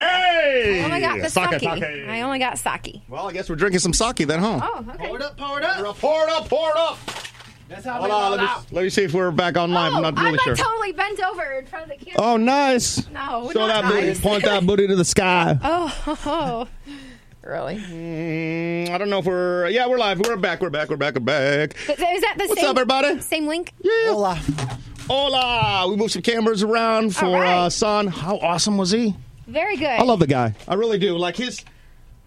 got Oh the Sake, sake. sake. I only got sake. Well, I guess we're drinking some sake then, huh? Oh, okay. Pour it up, pour it up. Pour it up, pour it up. That's how Hold we on, roll let me, out. let me see if we're back on live. I'm not Oh, I'm really like sure. totally bent over in front of the camera. Oh, nice. No, Show not that nice. booty. Point that booty to the sky. Oh, oh, really? Is, Mm, I don't know if we're. Yeah, we're live. We're back. We're back. We're back. We're back. is that the What's same? up, everybody? Same link? Hola. Hola. We moved some cameras around for All right. uh, Son. How awesome was he? Very good. I love the guy. I really do. Like his.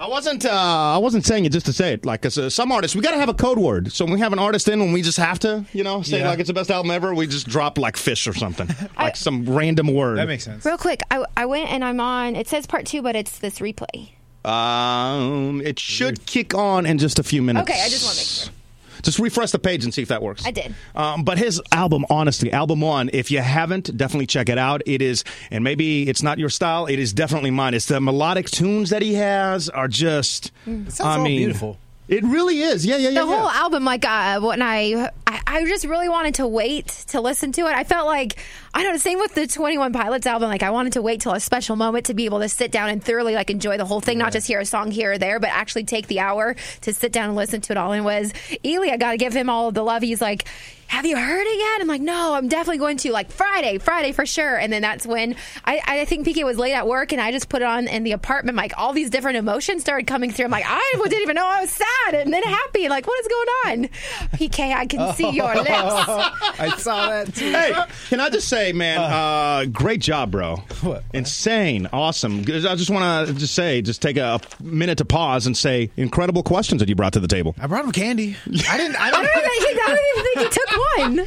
I wasn't. Uh, I wasn't saying it just to say it. Like 'cause, uh, some artists, we gotta have a code word. So when we have an artist in, when we just have to, you know, say Yeah. like it's the best album ever, we just drop like fish or something, like some random word. That makes sense. Real quick, I, I went and I'm on. It says part two, but it's this replay. Um, it should kick on in just a few minutes. Okay, I just wanna make sure. Just refresh the page and see if that works. I did. Um, but his album, honestly, album one, if you haven't, definitely check it out. It is, and maybe it's not your style, it is definitely mine. It's the melodic tunes that he has are just, Mm, sounds I all mean, beautiful. It really is. Yeah, yeah, yeah. The yeah. whole album, like uh, when I, I, I just really wanted to wait to listen to it. I felt like I don't know. Same with the Twenty One Pilots album. Like I wanted to wait till a special moment to be able to sit down and thoroughly like enjoy the whole thing, not just hear a song here or there, but actually take the hour to sit down and listen to it all. And it was Ely, I got to give him all of the love. He's like. Have you heard it yet? I'm like, no, I'm definitely going to like Friday, Friday for sure. And then that's when I, I think PK was late at work and I just put it on in the apartment. Like all these different emotions started coming through. I'm like, I didn't even know I was sad and then happy. Like, what is going on? PK, I can see your lips. I saw that too. Hey, can I just say, man, uh, great job, bro. What? Insane. Awesome. 'Cause I just want to just say, just take a minute to pause and say incredible questions that you brought to the table. I brought him candy. I didn't. I I didn't. don't, think, I don't even think he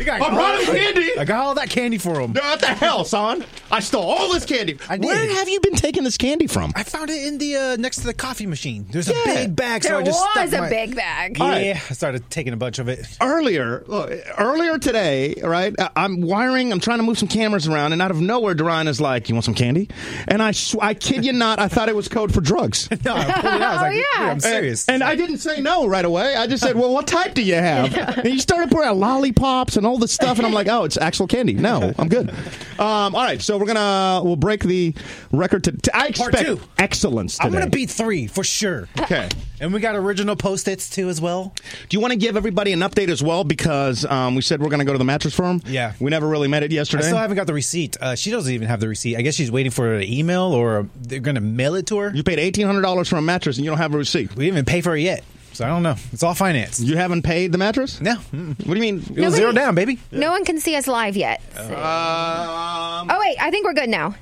took one. I brought him candy. I got all that candy for him. What the hell, son? I stole all this candy. I did. Where have you been taking this candy from? I found it in the uh, next to the coffee machine. There's a Yeah. big bag, so There I just was stuck a my- big bag. Yeah, right. I started taking a bunch of it. Earlier, look, earlier today, right? I- I'm wiring. I'm trying to move some cameras around, and out of nowhere, Duran is like, "You want some candy?" And I, sw- I kid you not, I thought it was code for drugs. No, I pulled it out. I was Oh, like, yeah. dude, I'm serious. And I didn't say no right away. I just said, "Well, what type do you have?" And you started pouring out lollipops and all this stuff, and I'm like, "Oh, it's actual candy." No, I'm good. Um, all right, so we're gonna we'll break the record. To, I Part expect two. excellence today. I'm gonna beat three for sure. okay. And we got original post its too as well. Do you want to give everybody an update as well? Because um, we said we're going to go to the mattress firm. Yeah. We never really met it yesterday. I still haven't got the receipt. Uh, she doesn't even have the receipt. I guess she's waiting for an email or they're gonna mail it to her. you paid $1,800 for a mattress and you don't have a receipt. We didn't even pay for it yet, so I don't know. It's all financed. You haven't paid the mattress? Mm-hmm. no, mm-mm. What do you mean? it was Nobody- zero down, baby. No one can see us live yet. so- Um, oh, wait, I think we're good now.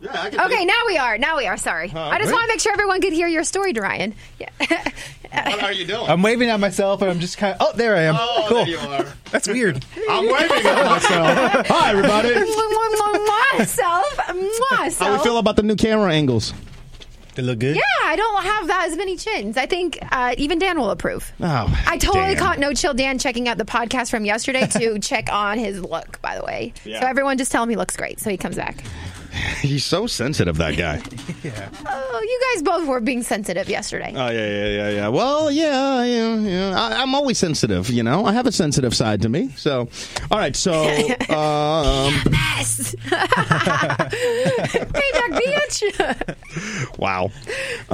yeah, I can Oh, Okay, now we are. Now we are. Sorry. I just really? want to make sure everyone could hear your story, Ryan. Yeah. What are you doing? I'm waving at myself, and I'm just kind of. Oh, there I am. cool. are. That's weird. I'm waving at myself. Hi, everybody. How Myself. we feel about the new camera angles? they look good. Yeah, I don't have that as many chins. I think uh, even Dan will approve. Oh, I totally damn. caught No Chill Dan checking out the podcast from yesterday to check on his look, by the way. So everyone just tell him he looks great. So he comes back. He's so sensitive, that guy. Oh, you guys both were being sensitive yesterday. Oh yeah, yeah, yeah, yeah. Well, yeah, yeah, yeah. I, I'm always sensitive, you know. I have a sensitive side to me. So, all right. So, um, Yes. Payback, bitch. wow.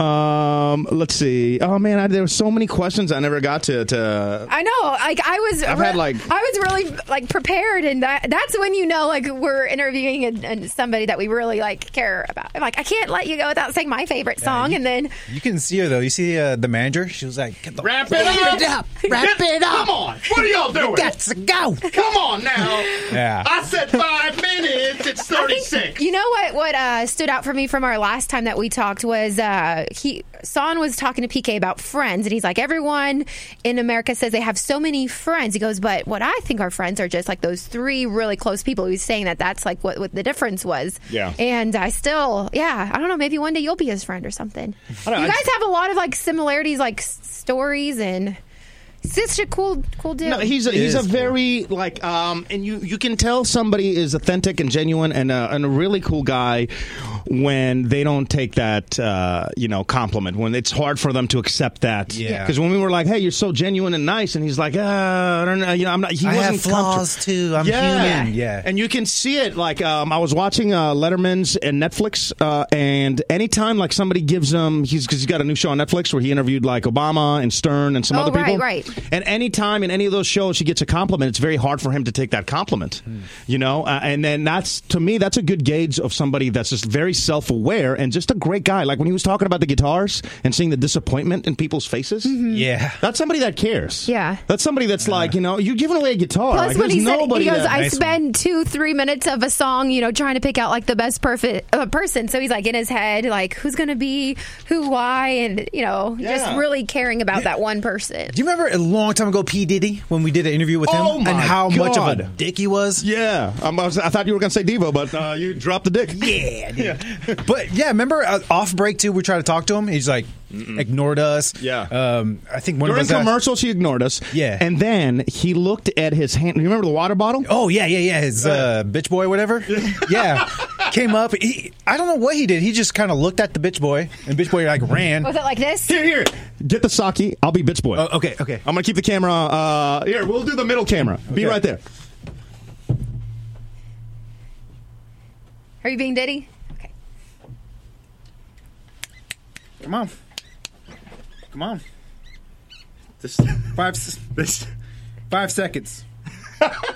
Um, let's see. Oh man, I, there were so many questions I never got to. to I know. Like I was, I've had, like- I was really like prepared, and that that's when you know like we're interviewing and, and somebody that we really like care about. I'm like, I can't let you go without saying my favorite song, and then You can see her though. You see uh, the manager. She was like, Get the Wrap it Wrap it up. Wrap it up. on, what are y'all doing? That's a go. Come on now. Yeah. said five minutes. It's You know what? What uh, stood out for me from our last time that we talked was uh, he Son was talking to PK about friends, and he's like, everyone in America says they have so many friends. He goes, but what I think our friends are just like those three really close people. He was saying that that's like what, what the difference was. Yeah. And I still, yeah, I don't know. Maybe one day you'll be his friend or something. You don't know, I guys have a lot of like similarities, like s- stories and. He's such a cool, cool dude. No, he's a, he's is a cool. very like um, and you you can tell somebody is authentic and genuine and a, and a really cool guy when they don't take that uh, you know compliment when it's hard for them to accept that. Yeah. Because when we were like, hey, you're so genuine and nice, and he's like, uh, I don't know, you know, I'm not. He I wasn't have flaws comfortable. too. I'm yeah. human. Yeah. And you can see it. Like um, I was watching uh, Letterman's and Netflix, uh, and anytime like somebody gives him, he's because he's got a new show on Netflix where he interviewed like Obama and Stern and some Oh, other right, people. right. And anytime in any of those shows he gets a compliment, it's very hard for him to take that compliment. Hmm. You know, uh, and then that's to me that's a good gauge of somebody that's just very self aware and just a great guy. Like when he was talking about the guitars and seeing the disappointment in people's faces. Mm-hmm. yeah. That's somebody that cares. Yeah. That's somebody that's like, you know, you're giving away a guitar. Plus, like, when there's he said, nobody he goes, that- I nice one. spend two, three minutes of a song, you know, trying to pick out like the best perfect uh, person. So he's like in his head, like who's gonna be who, why, and you know, just Yeah. really caring about that one person. Do you remember a long time ago, P Diddy, when we did an interview with him, Oh my and how much of a God. dick he was? Yeah, I'm- I, was, I thought you were going to say Devo, but uh, you dropped the dick. Yeah, dude. but yeah, remember uh, off break too? We tried to talk to him. He's like ignored us. Yeah. um, I think one During of us. asked- commercials, he ignored us. Yeah. and then he looked at his hand. You remember the water bottle? oh yeah, yeah, yeah. His uh, bitch boy, whatever. yeah, came up. He, I don't know what he did. He just kind of looked at the bitch boy, and bitch boy like ran. Was it like this? Here, here. Uh, Get the sake. I'll be bitch boy. Oh, okay, okay. I'm gonna keep the camera. Uh, here, we'll do the middle camera. Be Okay. right there. Are you being Diddy? Okay. Come on, come on. This, Five, s- five seconds.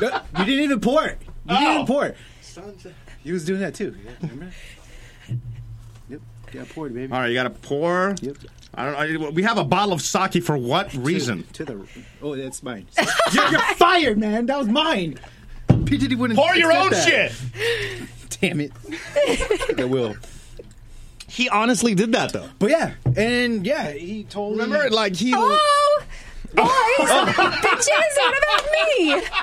No, you didn't even pour it. You didn't even pour it. You was doing that too. Remember? Yep. Yeah, poured, baby. All right, you gotta pour. Yep. I don't. I, we have a bottle of sake for what reason? To the oh, that's mine. you're, you're fired, man. That was mine. P Diddy wouldn't Pour your accept own that. shit. Damn it. I will. He honestly did that though. But yeah, and yeah, he told me- Remember, like he. Oh, boys, Oh. bitches, what about me?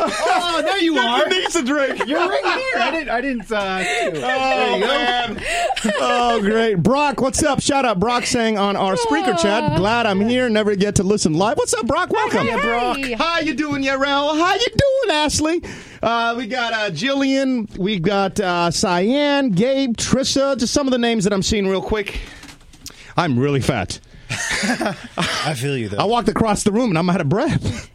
Oh, there you are. needs a drink. You're right here. I didn't. I didn't. Uh, Oh, man. oh, great. Brock, what's up? Shout out Brock saying on our speaker chat, glad I'm here, never get to listen live. What's up, Brock? Welcome. Hey, hey, hey. Brock. How you doing, Yarel? How you doing, Ashley? Uh, we got uh, Jillian, we got uh, Cyan, Gabe, Trissa, just some of the names that I'm seeing real quick. I'm really fat. I feel you I though. walked across the room and I'm out of breath.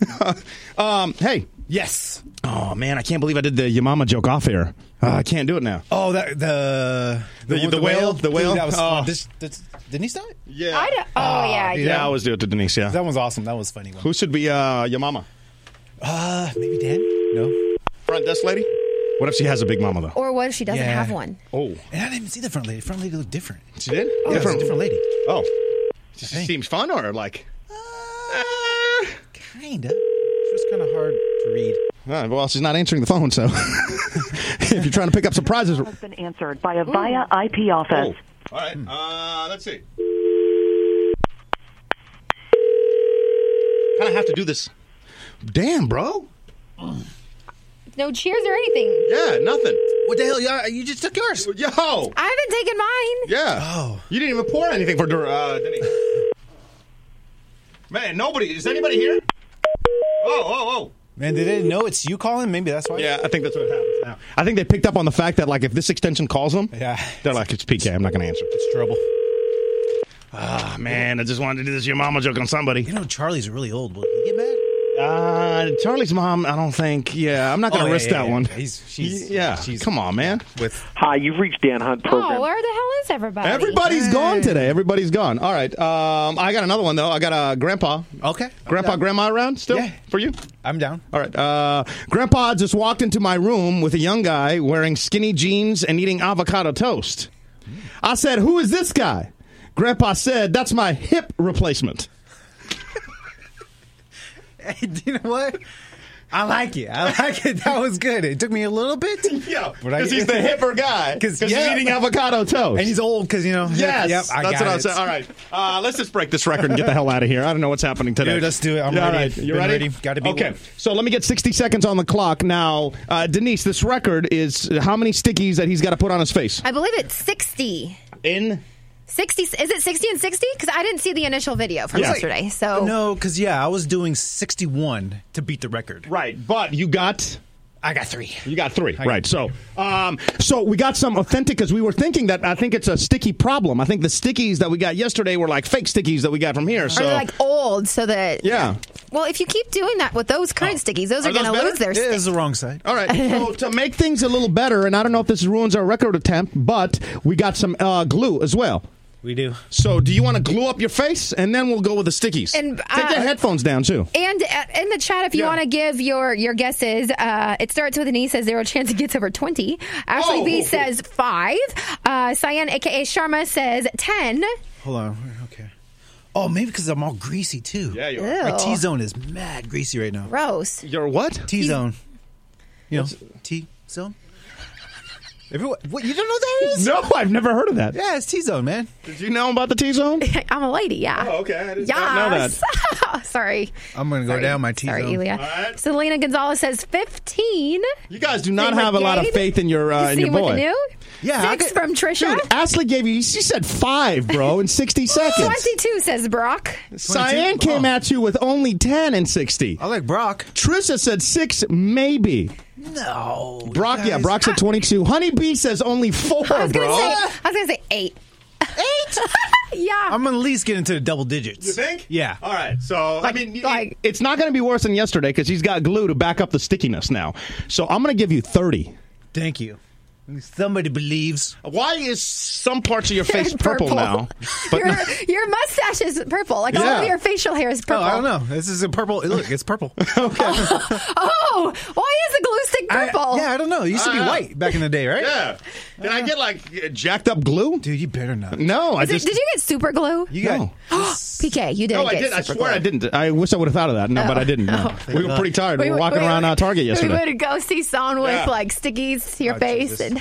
um, hey. yes. Oh, man, I can't believe I did the Yamama joke off air. Uh, I can't do it now. Oh, that the The- one with the whale? The Dude, whale? that was Oh. oh. this, this, didn't he stop it? Yeah. Ah, I don't, oh yeah, yeah, I always do it to Denise, yeah. That one's awesome. That was a funny one. Who should be uh, your mama? Uh, maybe Dan? No. Front desk lady? What if she has a big mama, though? Or what if she doesn't Yeah. have one? Oh. And I didn't even see the front lady. The front lady looked different. She did? Yeah, it was a different lady. Oh. She think. seems fun or like. Ah. Kinda. She was kind of hard to read. Uh, well, she's not answering the phone, so. if you're trying to pick up surprises. has been answered by a VIA IP office. Oh. All right. Uh, let's see. Kind of have to do this. Damn, bro. No cheers or anything. Yeah, nothing. What the hell? You, you just took yours. Yo. I haven't taken mine. Yeah. Oh. You didn't even pour anything for Dur- uh, Denise. Man, nobody. Is anybody here? Oh, oh, oh. Man, they didn't know it's you calling. Maybe that's why. Yeah, I think that's what happens now. I think they picked up on the fact that, like, if this extension calls them, Yeah. they're like, it's PK. I'm not going to answer. It's trouble. Ah, man, I just wanted to do this your mama joke on somebody. You know, Charlie's really old. Will he get mad? Uh, Charlie's mom, I don't think. Yeah, I'm not going Oh, to yeah, risk yeah, that yeah. one. He's- she's- yeah. she's- Come on, man. With Hi, you've reached Dan Hunt program. Oh, where the hell is everybody? Everybody's gone today. Everybody's gone. All right. Um, I got another one, though. I got a uh, grandpa. okay, Grandpa, I'm down. grandma around still Yeah. for you? I'm down. All right. Uh, Grandpa just walked into my room with a young guy wearing skinny jeans and eating avocado toast. I said, Who is this guy? Grandpa said, That's my hip replacement. you know what? I like it. I like it. That was good. It took me a little bit. But I- hipper guy. 'Cause- yeah. avocado toast. And he's old because you know. Yes, Yep. I that's got what I it. was saying. All right, uh, let's just break this record and get the hell out of here. I don't know what's happening today. Dude, let's do it. I'm Yeah, ready. All right, you Been ready? ready. Gotta be Okay, one. so let me get 60 seconds on the clock now. Uh, Denise, this record is how many stickies that he's got to put on his face? I believe it's sixty. In 60 is it 60 and 60 because i didn't see the initial video from Yeah. yesterday so No, because yeah, I was doing 61 to beat the record. Right, but you got I got three. You got three, right? So, um, so we got some authentic because we were thinking that I think it's a sticky problem. I think the stickies that we got yesterday were like fake stickies that we got from here. Or So, they're like old, so that yeah. Oh. Well, if you keep doing that with those current stickies, those are, those going to better? lose their It stick. is the wrong side. All right. So to make things a little better, and I don't know if this ruins our record attempt, but we got some uh, glue as well. We do. So, do you want to glue up your face, and then we'll go with the stickies? And, take the uh, headphones down too. And uh, in the chat, if you Yeah. want to give your your guesses, uh, it starts with an E says zero chance it gets over twenty. Ashley B Oh. says five. Uh, Cyan, aka Sharma, says ten. Hold on. Okay. Oh, maybe because I'm all greasy too. you My T Ew, zone is mad greasy right now. gross. Your what? T zone. You know, T zone. Everyone, what you don't know what that is? No, I've never heard of that. Yeah, it's T zone, man. Did you know about the T zone? I'm a lady, yeah. Oh, I did Yes. Sorry. I'm gonna go Sorry. down my T Sorry, zone. Elia. right. Selena Gonzalez says fifteen. You guys do not Same with have a lot of Gabe. faith in your uh, You in see your what boy. new? Yeah, I Six could- from Trisha. Dude, Ashley gave you. She said five, bro, in sixty seconds. Twenty-two says Brock. Cyan came Oh. at you with only ten in sixty. I like Brock. Trisha said six, maybe. No, Brock, yeah, Brock said twenty-two. Honeybee says only four, I was gonna bro. say. I was gonna say eight. Eight. yeah. I'm gonna at least get into the double digits. You think? Yeah. All right. So I mean, like- it's not going to be worse than yesterday because he's got glue to back up the stickiness now. So I'm going to give you thirty. Thank you. Somebody believes. Why is some parts of your face purple, Purple. now? But your, your mustache is purple. Like all Yeah. of your facial hair is Oh, purple. I don't know. This is a purple. Look, it's purple. Oh, why is the glue stick I- purple? yeah, I don't know. It used to be Uh, white back in the day, right? yeah, did I get like jacked up glue? Dude, you better not. No, I Is it- just did you get super glue? You got. No. PK, you did. No, I get did. I super swear glue. I didn't. I wish I would have thought of that. No, but I didn't. No. We were pretty tired. We, were would- walking around would- uh, Target yesterday. We would go see someone with Yeah. like stickies to your Oh, face, Jesus. and I,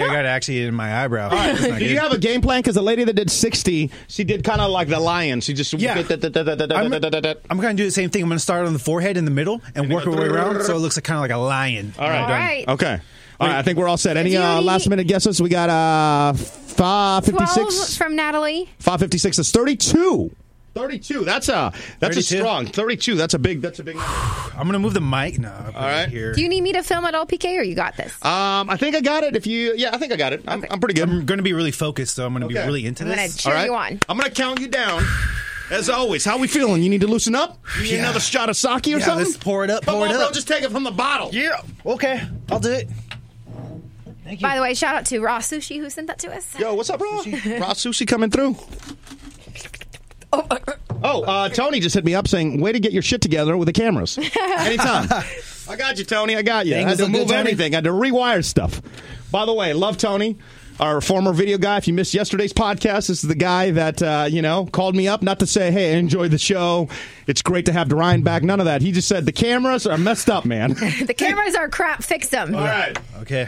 think I got actually in my eyebrow. That's not Do good. you have a game plan? Because the lady that did 60, she did kind of like the lion. She just. Yeah. I'm, All I'm gonna do the same thing. I'm gonna start on the forehead in the middle and work go my way around, so it looks like, kind of like a lion. All right. All right. Okay. All right. I think we're all set. Any Do you uh, need- last minute guesses? We got uh, twelve 556. from Natalie. 556 is 32. 32. That's a that's 32. a strong 32. That's a big that's a big number. I'm gonna move the mic. No. All right. Here. Do you need me to film it all, PK, or you got this? Um I think I got it if you Yeah, I think I got it. I'm, I'm pretty good. I'm gonna be really focused, so I'm gonna Okay. be really into I'm gonna this. cheer you on. I'm gonna count you down. As always, how we feeling? You need to loosen up. You need Yeah. another shot of sake or Yeah, something. let's pour it up, Come pour on, it bro, up. just take it from the bottle. Yeah. Okay. I'll do it. By the way, shout out to Raw Sushi who sent that to us. Yo, what's up, bro? Raw sushi coming through. Oh, uh, Tony just hit me up saying, "Way to get your shit together with the cameras." Anytime. I got you, Tony. I got you. I Things had to look good, move Tony. everything. I had to rewire stuff. By the way, love Tony, our former video guy. If you missed yesterday's podcast, this is the guy that uh, you know called me up not to say, "Hey, I enjoyed the show. It's great to have Ryan back." None of that. He just said the cameras are messed up, man. The cameras are crap. Fix them. right. Okay.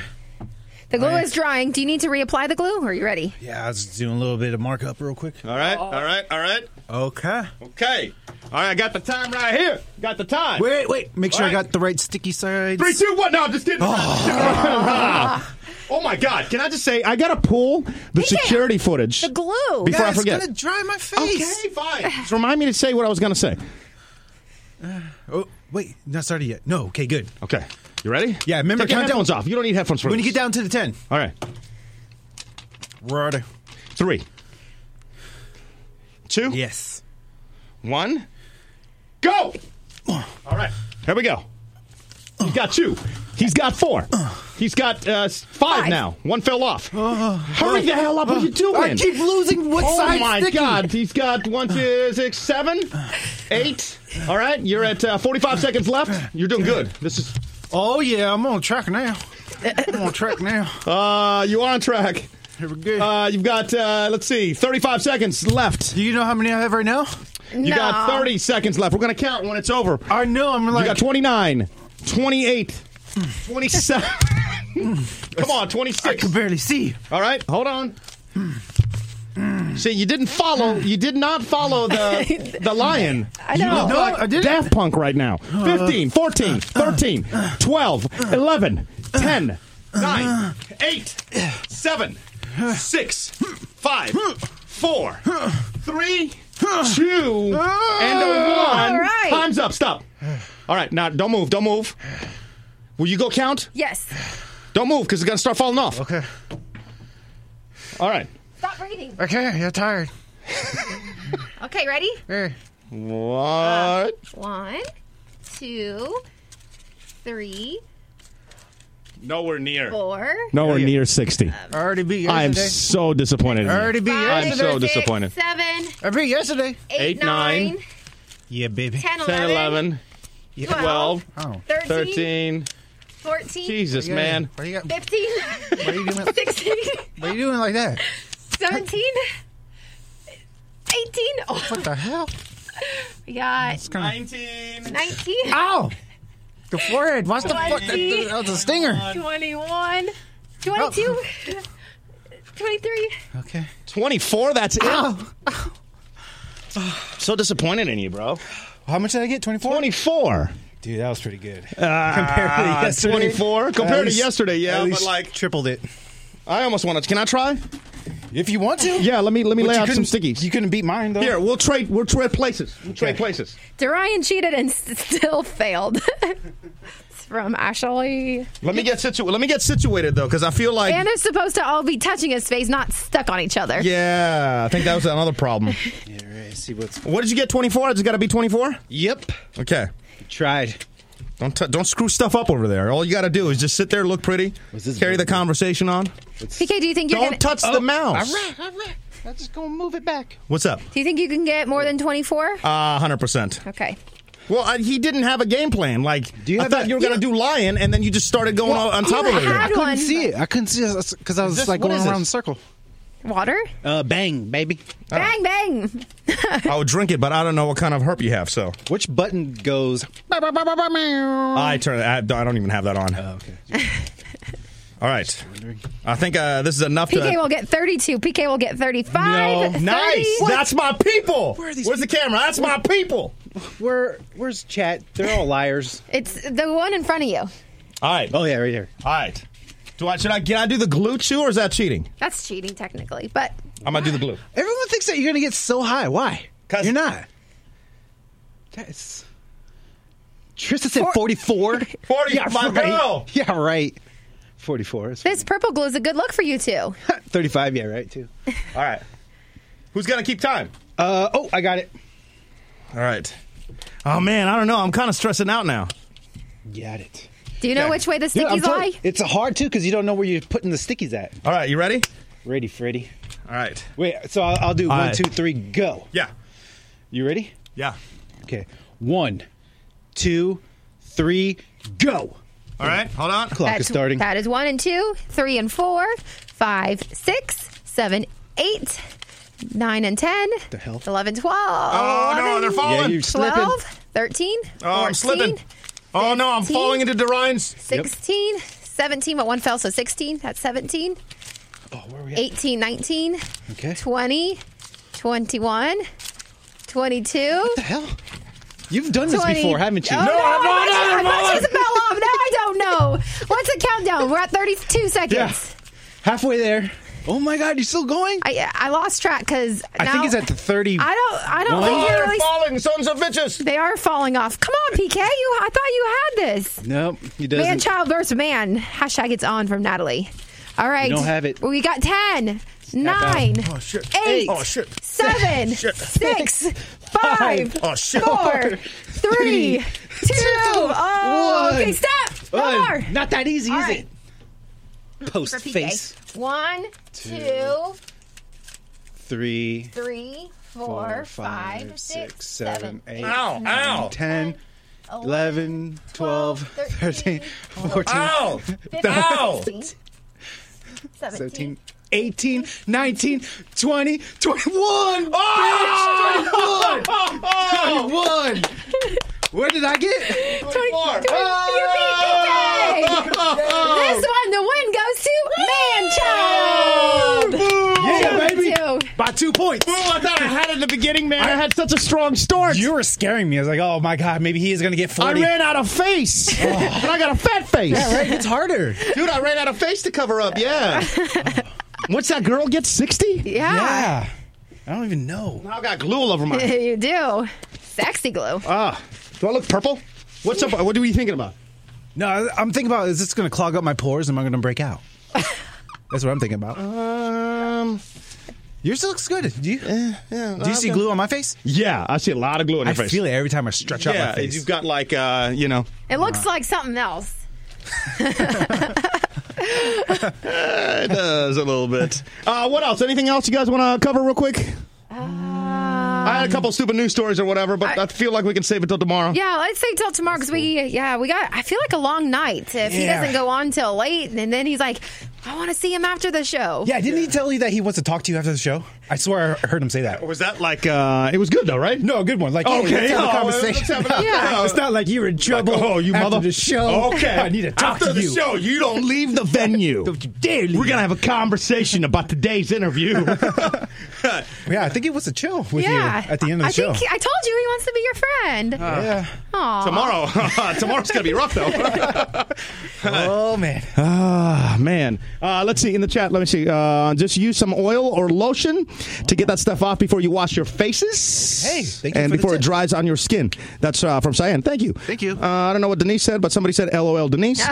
The glue is drying. Do you need to reapply the glue? Or are you ready? Yeah, I was doing a little bit of markup real quick. All right. All right. All right. Okay. Okay. All right. I got the time right here. Got the time. Wait, wait. Make sure All I right. got the right sticky sides. Three, two, one. No, I'm just kidding. Oh. Ah. my God! Can I just say I gotta pull the security footage The glue. before Yeah, I it's forget. gonna dry my Okay, face. fine. Just remind me to say what I was gonna say. Oh, wait. Not started yet. No. Okay. Good. Okay, you ready? Yeah, remember, Take your countdown. headphones off. You don't need headphones for When you this. get down to the ten. All right, Right. three, two, Yes. one, go. All right, here we go. He's got two. He's got four. He's got uh, five, Five. now. One fell off. Hurry the hell up! What are you doing? Uh, I keep losing what oh side my sticky. God! He's got one, two, six, seven, eight. All right, you're at uh, 45 seconds left. You're doing good. This is. Oh yeah, I'm on track now. I'm on track now. Uh, you are on track. Here we go. Uh, you've got uh, let's see, 35 seconds left. Do you know how many I have right now? You got No. 30 seconds left. We're gonna count when it's over. I know I'm You like got 29, 28, 27. Come on, I 26. can barely see. All right, hold on. See, you didn't follow. You did not follow the the lion. I Uh, know. You look No, like I didn't. Daft Punk right now. 15, 14, 13, 12, Uh, 11, 10, 9, 8, 7, 6, five, four, three, two, and a one. All right. Time's up. Stop. All right, now don't move. Don't move. Will you go count? Yes. Don't move because it's gonna start falling off. Okay. All right. Stop breathing. Okay, you're tired. Okay, ready? Hey. Uh. What? One, two, three, Nowhere near. four. Nowhere near sixty. I already beat I am yesterday. so disappointed. in I you. already beat five, I'm yesterday. so six, disappointed. Seven, I beat yesterday. eight, Eight, nine, nine, Yeah, baby. 10, 10, 11, 11, Twelve. 12, Oh. 13, 13. 14, Jesus, Yeah. man. What are you, got, 15, what, are you doing, 16, what are you doing like that? 17, 18. Oh, What the hell? we got 19. 19, Ow! The forehead. What's the fuck? That, Twenty. that was a stinger. 21, 22, Oh. 23. Okay. 24, that's it. Oh. So disappointed in you, bro. How much did I get? 24? 24. Dude, that was pretty good. compared to yesterday? 24 compared At least- to yesterday, yeah. at But least- like, Tripled it. I almost want to. Can I try? If you want to. Yeah, let me let me But lay you out some couldn't- stickies. You couldn't beat mine, though. Here, we'll trade. We'll trade places. We'll trade places. Dorian cheated and s- still failed. It's From Ashley. Let me get situated. Let me get situated though, because I feel like And they're supposed to all be touching his face, not stuck on each other. yeah, I think that was another problem. Yeah, see what's. what did you get? Twenty four. It's got to be twenty four. Yep. Okay. Tried. Don't t- don't screw stuff up over there. All you got to do is just sit there, look pretty, Was this carry the very good? conversation on. PK, do you think you're Don't gonna, touch the mouse. all right. I'm just going to move it back. What's up? Do you think you can get more than 24? Uh, 100%. Okay. Well, I, he didn't have a game plan. Like, do you I have thought that- you were going to do lion, and then you just started going on on top you of had it. one. Couldn't see it. I couldn't see it because I was this- like what going is this? around in a circle. Water? Uh, bang, baby. Bang, bang. I would drink it, but I don't know what kind of herp you have, so. Which button goes? Oh. Uh, I turn. I, I don't even have that on. okay. All right. I think uh, this is enough PK to. will get 32. PK will get 35. No. 30. Nice. That's my people. Where are these Where's the camera? That's my people. Where? Where's chat? They're all liars. It's the one in front of you. All right. All Oh yeah, right here. right. Do I should I can I do the glue too, or is that cheating? That's cheating, technically. But I'm gonna do the glue. Everyone thinks that you're going to get so high. Why? 'Cause- You're not. That's. Tristan said forty-four. Forty, my girl. Yeah, right. Forty-four. is this purple glue is a good look for you, too. Thirty-five. Yeah, right too. All right. Who's gonna keep time? Uh oh, I got it. All right. Oh man, I don't know. I'm kind of stressing out now. Got it. Do you know Okay. which way the Dude, I'm stickies telling- lie? it's hard too because you don't know where you're putting the stickies at. All right, you ready? Ready, Freddy? All right. Wait, so I'll, I'll do All one, right. two, three, go. Yeah. You ready? Yeah. Okay. One, two, three, go. All right. Hold on. Clock is starting. That is one and two, three and four, five, six, seven, eight, nine and ten, The hell? eleven, twelve. Oh no, they're falling. Yeah, you- slipping. 12, 13, oh, I'm 14, slipping. Oh no, I'm 15. falling into Dorian's. 16, 17, but one fell, so 16. That's 17. oh, where are we at? 18, 19, Okay. 20, 21, 22. the hell? You've done this 20. before, haven't you? Oh, I'm no, I not, thought you- I'm I thought not. you just fell off. Now I don't know. What's the countdown? We're at 32 seconds. Yeah. Halfway there. Oh my God, you're still going? I, I lost track because I think it's at the 30. I don't. I don't One. think Oh, you're they're really. falling, sons of bitches. They are falling off. Come on, PK. You. I thought you had this. Nope, he doesn't. Man, child versus man. Hashtag it's on from Natalie. All right. don't have it. We got 10, 9, Oh, shit. 8, Oh, shit. 7, Shit. 6, 5, Oh, shit. 4, 3, 2, oh, one. okay, stop. One Fun. more. Not that easy, All is right. it? Post For PK. face. One, two, Three, three, four, four, five, six, seven, eight, Ow, ow. ten, eleven, twelve, thirteen, fourteen, Ow. Ow. fifteen, sixteen, seventeen. seventeen, eighteen, nineteen, twenty, twenty-one. Oh! Bitch, twenty-one. Twenty-one. Where did I get? 24. Oh! You beat me, This one, the win goes to Man Oh! Child. Yeah, baby. Two. By two points. Ooh, I thought I had it in the beginning, man. I, had such a strong start. You were scaring me. I was like, oh my god, maybe he is gonna get I forty. ran out of face. Oh. and I got a fat face. Yeah, right. It's harder. Dude, I ran out of face to cover up. Yeah. Once that girl gets 60? Yeah. Yeah. I don't even know. Now I got glue all over my. you do. Sexy glue. Uh, Ah. Do I look purple? What's up? What are we thinking about? No, I- I'm thinking about is this going to clog up my pores? Am I going to break out? That's what I'm thinking about. Um. eh, Yours looks good. Do you, Yeah, do you see glue on my face? Yeah, I see a lot of glue on your I face. feel it every time I stretch out yeah, my face. you've got like, uh, you know. It looks like something else. It does a little bit. Uh, what else? Anything else you guys want to cover real quick? I had a couple stupid news stories or whatever, but I, I- feel like we can save it till tomorrow. Yeah, let's say till tomorrow because we, yeah, we got, I feel like a long night if he Yeah. doesn't go on till late. And then he's like, I want to see him after the show. yeah, didn't he tell you that he wants to talk to you after the show? I swear I heard him say that. Was that like? Uh, it was good though, right? No, good one. Like, hey, Okay, let's have a oh, conversation. let's have a- Yeah. It's not like you're in trouble. oh, you after mother the show. Okay, I need to talk after to the you. show. You don't leave the venue. Don't you dare leave. We're gonna have a conversation about today's interview. Yeah, I think he wants to chill with Yeah. you at the end of the I show. Think he- I told you he wants to be your friend. yeah. Aw. tomorrow, tomorrow's gonna be rough though. Oh man. Ah, man. Uh, let's see in the chat. Let me see. Uh, just use some oil or lotion to get that stuff off before you wash your faces. Hey, thank you and for the before it tip. dries on your skin. That's uh, from Cyan. Thank you. Thank you. Uh, I don't know what Denise said, but somebody said LOL Denise.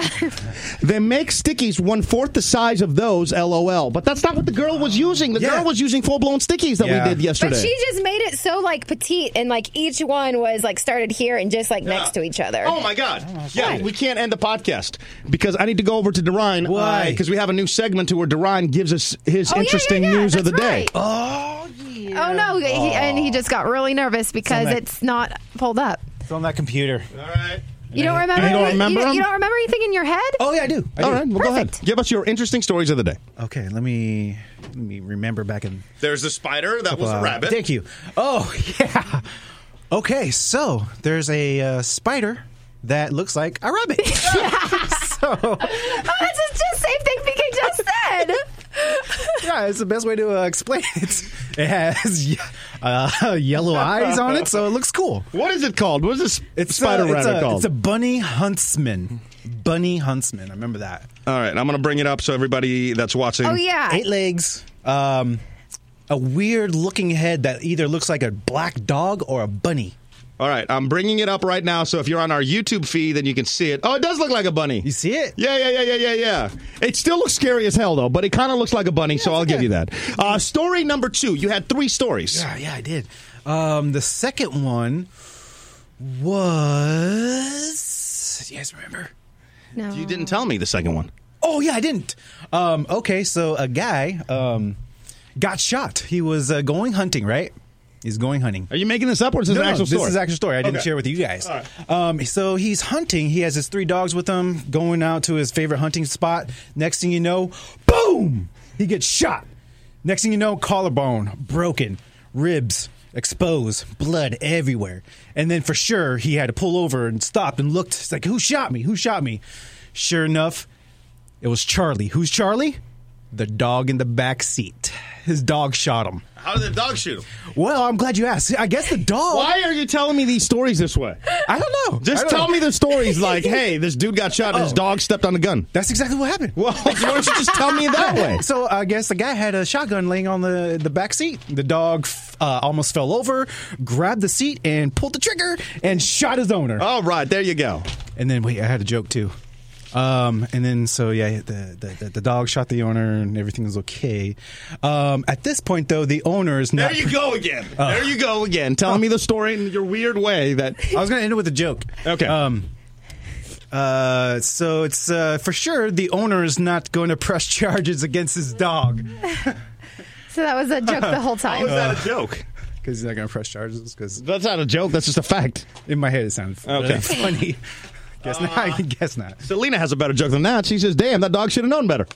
they make stickies one fourth the size of those LOL, but that's not what the girl was using. The Yeah. girl was using full blown stickies that Yeah. we did yesterday. But she just made it so like petite and like each one was like started here and just like next to each other. Oh my God! Yeah, we can't end the podcast because I need to go over to Derine. Why? Because we have a new segment to where Derine gives us his Oh, yeah, yeah, interesting yeah, news of the that's day. right. Oh no! He, and he just got really nervous because that- it's not pulled up. It's on that computer. All right. You don't remember? You don't any- remember you, them? you don't remember anything in your head? Oh yeah, I do. I All do. right. Well, go ahead. Perfect. Give us your interesting stories of the day. Okay, let me let me remember back in There's the spider. That was Uh, Thank you. Oh, yeah. Okay, so there's a uh, spider that looks like a rabbit. so, Oh, that's just, just same thing PK just said. yeah, it's the best way to uh, explain it. It has ye- uh, yellow eyes on it, so it looks cool. What is it called? What is this It's spider a, it's rabbit a, called? It's a bunny huntsman. Bunny huntsman. I remember that. All right. I'm gonna bring it up so everybody that's watching. Oh yeah. Eight legs. Um, a weird looking head that either looks like a black dog or a bunny. All right. I'm bringing it up right now. So if you're on our YouTube feed, then you can see it. Oh, it does look like a bunny. You see it? Yeah, yeah, yeah, yeah, yeah, yeah. It still looks scary as hell, though, but it kind of looks like a bunny, so I'll give you that. Uh, story number two. You had three stories. Yeah, yeah, I did. Um, the second one was. You guys remember? No. You didn't tell me the second one. Oh yeah, I didn't. Um, okay, so a guy um, got shot. He was uh, going hunting, right? He's going hunting. Are you making this up, or is this No, an no, actual story? This is actual story. I didn't Okay. share with you guys. Um, so he's hunting. He has his three dogs with him, going out to his favorite hunting spot. Next thing you know, boom! He gets shot. Next thing you know, collarbone broken, ribs exposed, blood everywhere. And then for sure, he had to pull over and stopped and looked. It's like, who shot me? Who shot me? Sure enough, it was Charlie. Who's Charlie? The dog in the back seat. His dog shot him. How did the dog shoot him? Well, I'm glad you asked. I guess the dog. Why are you telling me these stories this way? Oh. I don't know. I Just don't tell know. Oh. me the stories like, hey, this dude got shot and his dog stepped on the gun. That's exactly what happened. Well, why don't you just tell me that way? So I guess the guy had a shotgun laying on the the back seat. The dog f- uh, almost fell over, grabbed the seat, and pulled the trigger and shot his owner. All right, there you go. And then wait, I had a joke too. Um, and then so yeah, the, the the the dog shot the owner, and everything was okay. Um, at this point though, the owner is not. There you go again. There you go again. Telling me the story in your weird way that. I was gonna end it with a joke. Okay. Um. Uh, so it's uh, for sure the owner is not going to press charges against his dog. So that was a joke the whole time. that a joke? because he's not going to press charges. Because Uh, That's not a joke. That's just a fact. in my head it sounded Okay. Uh. really funny. guess not. Guess not. Selena has a better joke than that. She says, damn, that dog should have known better.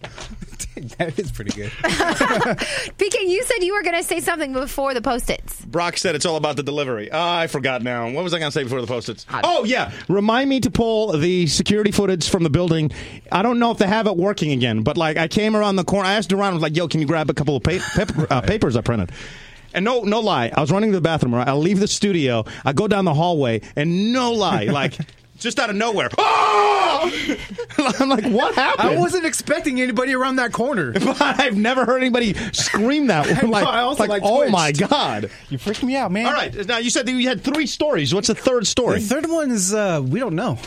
that is pretty good. PK, you said you were going to say something before the post-its. Brock said it's all about the delivery. Uh, I forgot now. What was I going to say before the post-its? Oh, yeah. Remind me to pull the security footage from the building. I don't know if they have it working again, but like I came around the corner. I asked Duran, I was like, yo, can you grab a couple of pa- pep- uh, papers I printed? And no, no lie. I was running to the bathroom. Right? I leave the studio. I go down the hallway, and no lie, like just out of nowhere. Oh! I'm like, what happened? I wasn't expecting anybody around that corner. I've never heard anybody scream that. know, Like, I also, like, like, oh twitched. my god! You freaked me out, man. All right, now you said that you had three stories. What's the third The story? third one is uh, we don't know.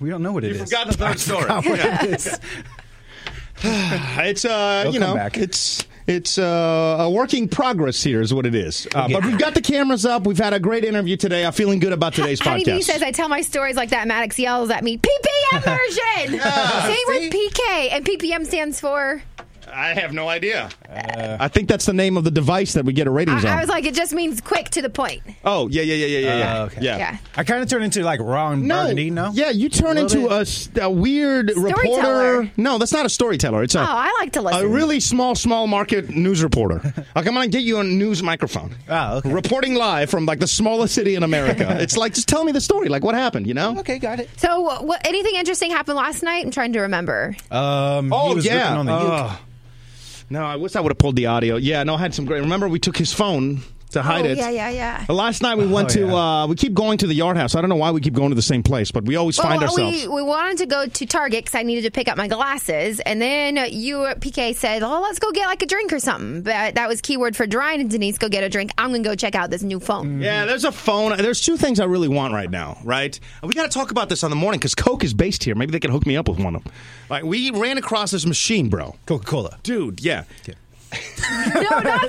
We don't know what it is. forgot the third story. It's uh, They'll you come know, back. it's it's uh, a working progress here is what it is. Uh, But we've got the cameras up. We've had a great interview today. I'm feeling good about today's Patty B podcast. says I tell my stories like that. Maddox yells at me, PPM version. Same with PK, and PPM stands for. I have no idea. I think that's the name of the device that we get a ratings I, on. I was like, it just means quick to the point. oh yeah, yeah, yeah, yeah, yeah, yeah. Oh, okay. yeah. Yeah. I kind of turned into like Ron No, Burgundy. No, yeah, you turn into a, s- a weird reporter. Storyteller. No, that's not a storyteller. It's a, Oh, I like to listen. a really small, small market news reporter. like I'm gonna get you a news microphone. Oh, okay. Reporting live from like the smallest city in America. it's like just tell me the story. Like what happened? You know? Okay, got it. So, what, anything interesting happened last night? I'm trying to remember. Um, Oh he was yeah. ripping on the Oh. uke. no, I wish I would have pulled the audio. Yeah, no, I had some great. Remember, we took his phone to hide Oh, it. yeah, yeah, yeah. But Last night we went Oh, to. yeah. Uh, we keep going to the yard house. I don't know why we keep going to the same place, but we always find Well, ourselves. We, we wanted to go to Target because I needed to pick up my glasses, and then you PK said, "Oh, let's go get like a drink or something." But that was keyword for Brian and Denise. Go get a drink. I'm gonna go check out this new phone. Yeah, there's a phone. There's two things I really want right now, right? We got to talk about this on the morning because Coke is based here. Maybe they can hook me up with one of them. Like, we ran across this machine, bro. Coca-Cola. Dude, yeah. no, not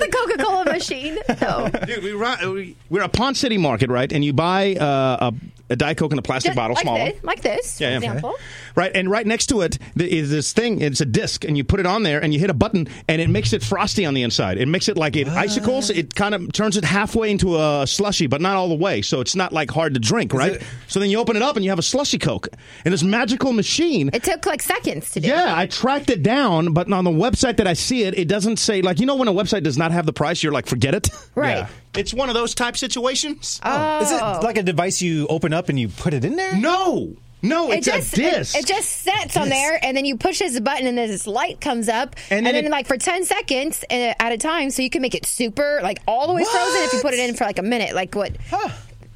the Coca Cola machine. No. Dude, we, ri- we, we're at Pond City Market, right? And you buy uh, a, a Diet Coke in a plastic Just bottle, like small one. this, like this. Yeah, for yeah. Example. Right, and right next to it th- is this thing. It's a disc, and you put it on there, and you hit a button, and it makes it frosty on the inside. It makes it like it icicles. It kind of turns it halfway into a slushy, but not all the way, so it's not like hard to drink, right? so then you open it up, and you have a slushy Coke, and this magical machine. It took like seconds to do. yeah, I tracked it down, but on the website that I see it, it doesn't say like you know when a website does not have the price, you're like forget it. Right. It's one of those type situations. Oh. Is it like a device you open up and you put it in there? no, no, It it's just a it- disc. It, just sits on there, and then you push this button, and then this light comes up, And and then then, it- like for ten seconds uh, at a time, so you can make it super like all the way frozen if you put it in for like a minute, like what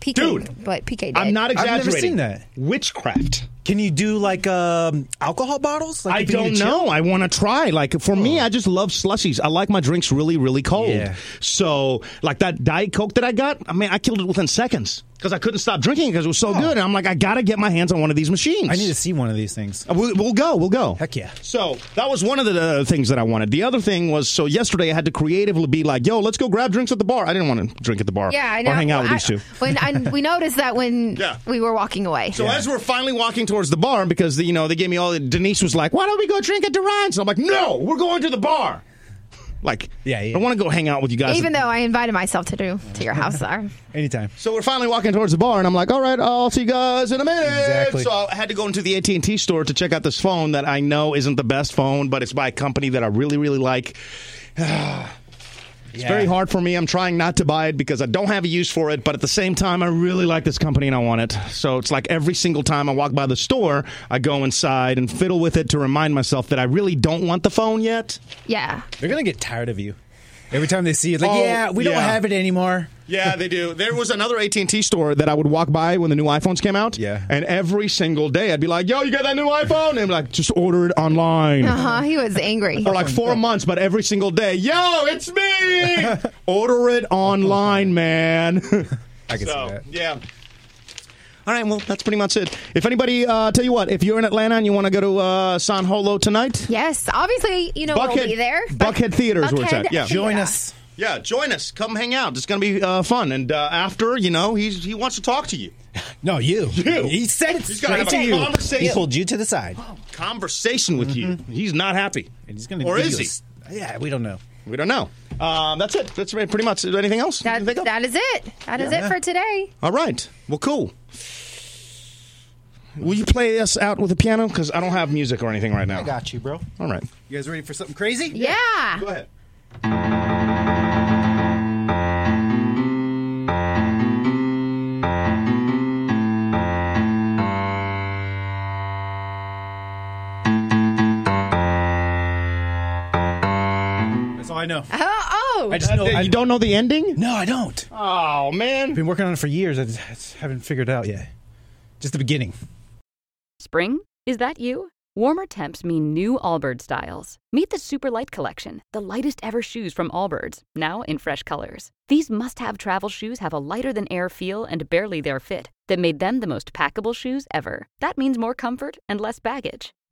PK, Dude. what PK did. I'm not I've exaggerating. never seen that. Witchcraft. Can you do like um, alcohol bottles? Like I if you need don't to chill? know. I want to try. Like for me, I just love slushies. I like my drinks really, really cold. Oh. Yeah. So like that diet coke that I got, I mean, I killed it within seconds because I couldn't stop drinking because it was so good. And I'm like, I gotta get my hands on one of these machines. Oh. I need to see one of these things. Uh, We'll, we'll go. We'll go. Heck yeah. So that was one of the uh, things that I wanted. The other thing was so yesterday I had to creatively be like, yo, let's go grab drinks at the bar. I didn't want to drink at the bar yeah, I know. or hang out with Well, I- these two. When I, we noticed that when Yeah. we were walking away. So as we're finally walking towards the bar, because you know they gave me all. Denise was like, "Why don't we go drink at Duran's?" I'm like, "No, we're going to the bar." Like, Yeah, yeah. I want to go hang out with you guys. even though I invited myself to do to your house, there. Anytime. so we're finally walking towards the bar, and I'm like, "All right, I'll see you guys in a minute." Exactly. So I had to go into the AT and T store to check out this phone that I know isn't the best phone, but it's by a company that I really, really like. It's very hard for me. I'm trying not to buy it because I don't have a use for it. But at the same time, I really like this company and I want it. So it's like every single time I walk by the store, I go inside and fiddle with it to remind myself that I really don't want the phone yet. Yeah. They're gonna get tired of you. Every time they see it, like, Oh, yeah, we yeah. don't have it anymore. Yeah, they do. There was another AT and T store that I would walk by when the new iPhones came out. Yeah. and every single day I'd be like, "Yo, you got that new iPhone?" And I'm like, "Just order it online." Uh huh. He was angry. For like four months, but every single day, yo, it's me. Order it online, man. I So, can see that. yeah. All right, well, that's pretty much it. If anybody, uh, tell you what, if you're in Atlanta and you want to go to uh, San Holo tonight, Yes. Obviously, you know we'll be there. Buckhead Theater is where it's at. Buckhead Yeah. Theater. Join Yeah. us. yeah, join us. Come hang out. It's going to be uh, fun. And uh, after, you know, he's, he wants to talk to you. No, you. You. He said it He's gonna straight have a to you. conversation. He pulled you to the side, Conversation with you. He's not happy. and he's gonna. or give is you he? a s- yeah, we don't know. We don't know. Um, that's it. That's pretty much it. anything else. you That, can think of? that is it. That is it for today. All right. Well, cool. Will you play us out with the piano? Because I don't have music or anything right now. I got you, bro. All right. You guys ready for something crazy? Yeah. Go ahead. That's all I know. Oh, oh. I just know. I, You don't know the ending? no, I don't. I've Oh man. been working on it for years. I just haven't figured it out yet. Just the beginning. Spring? Is that you? Warmer temps mean new Allbirds styles. Meet the Super Light Collection, the lightest ever shoes from Allbirds, now in fresh colors. These must have travel shoes have a lighter than air feel and barely their fit that made them the most packable shoes ever. That means more comfort and less baggage.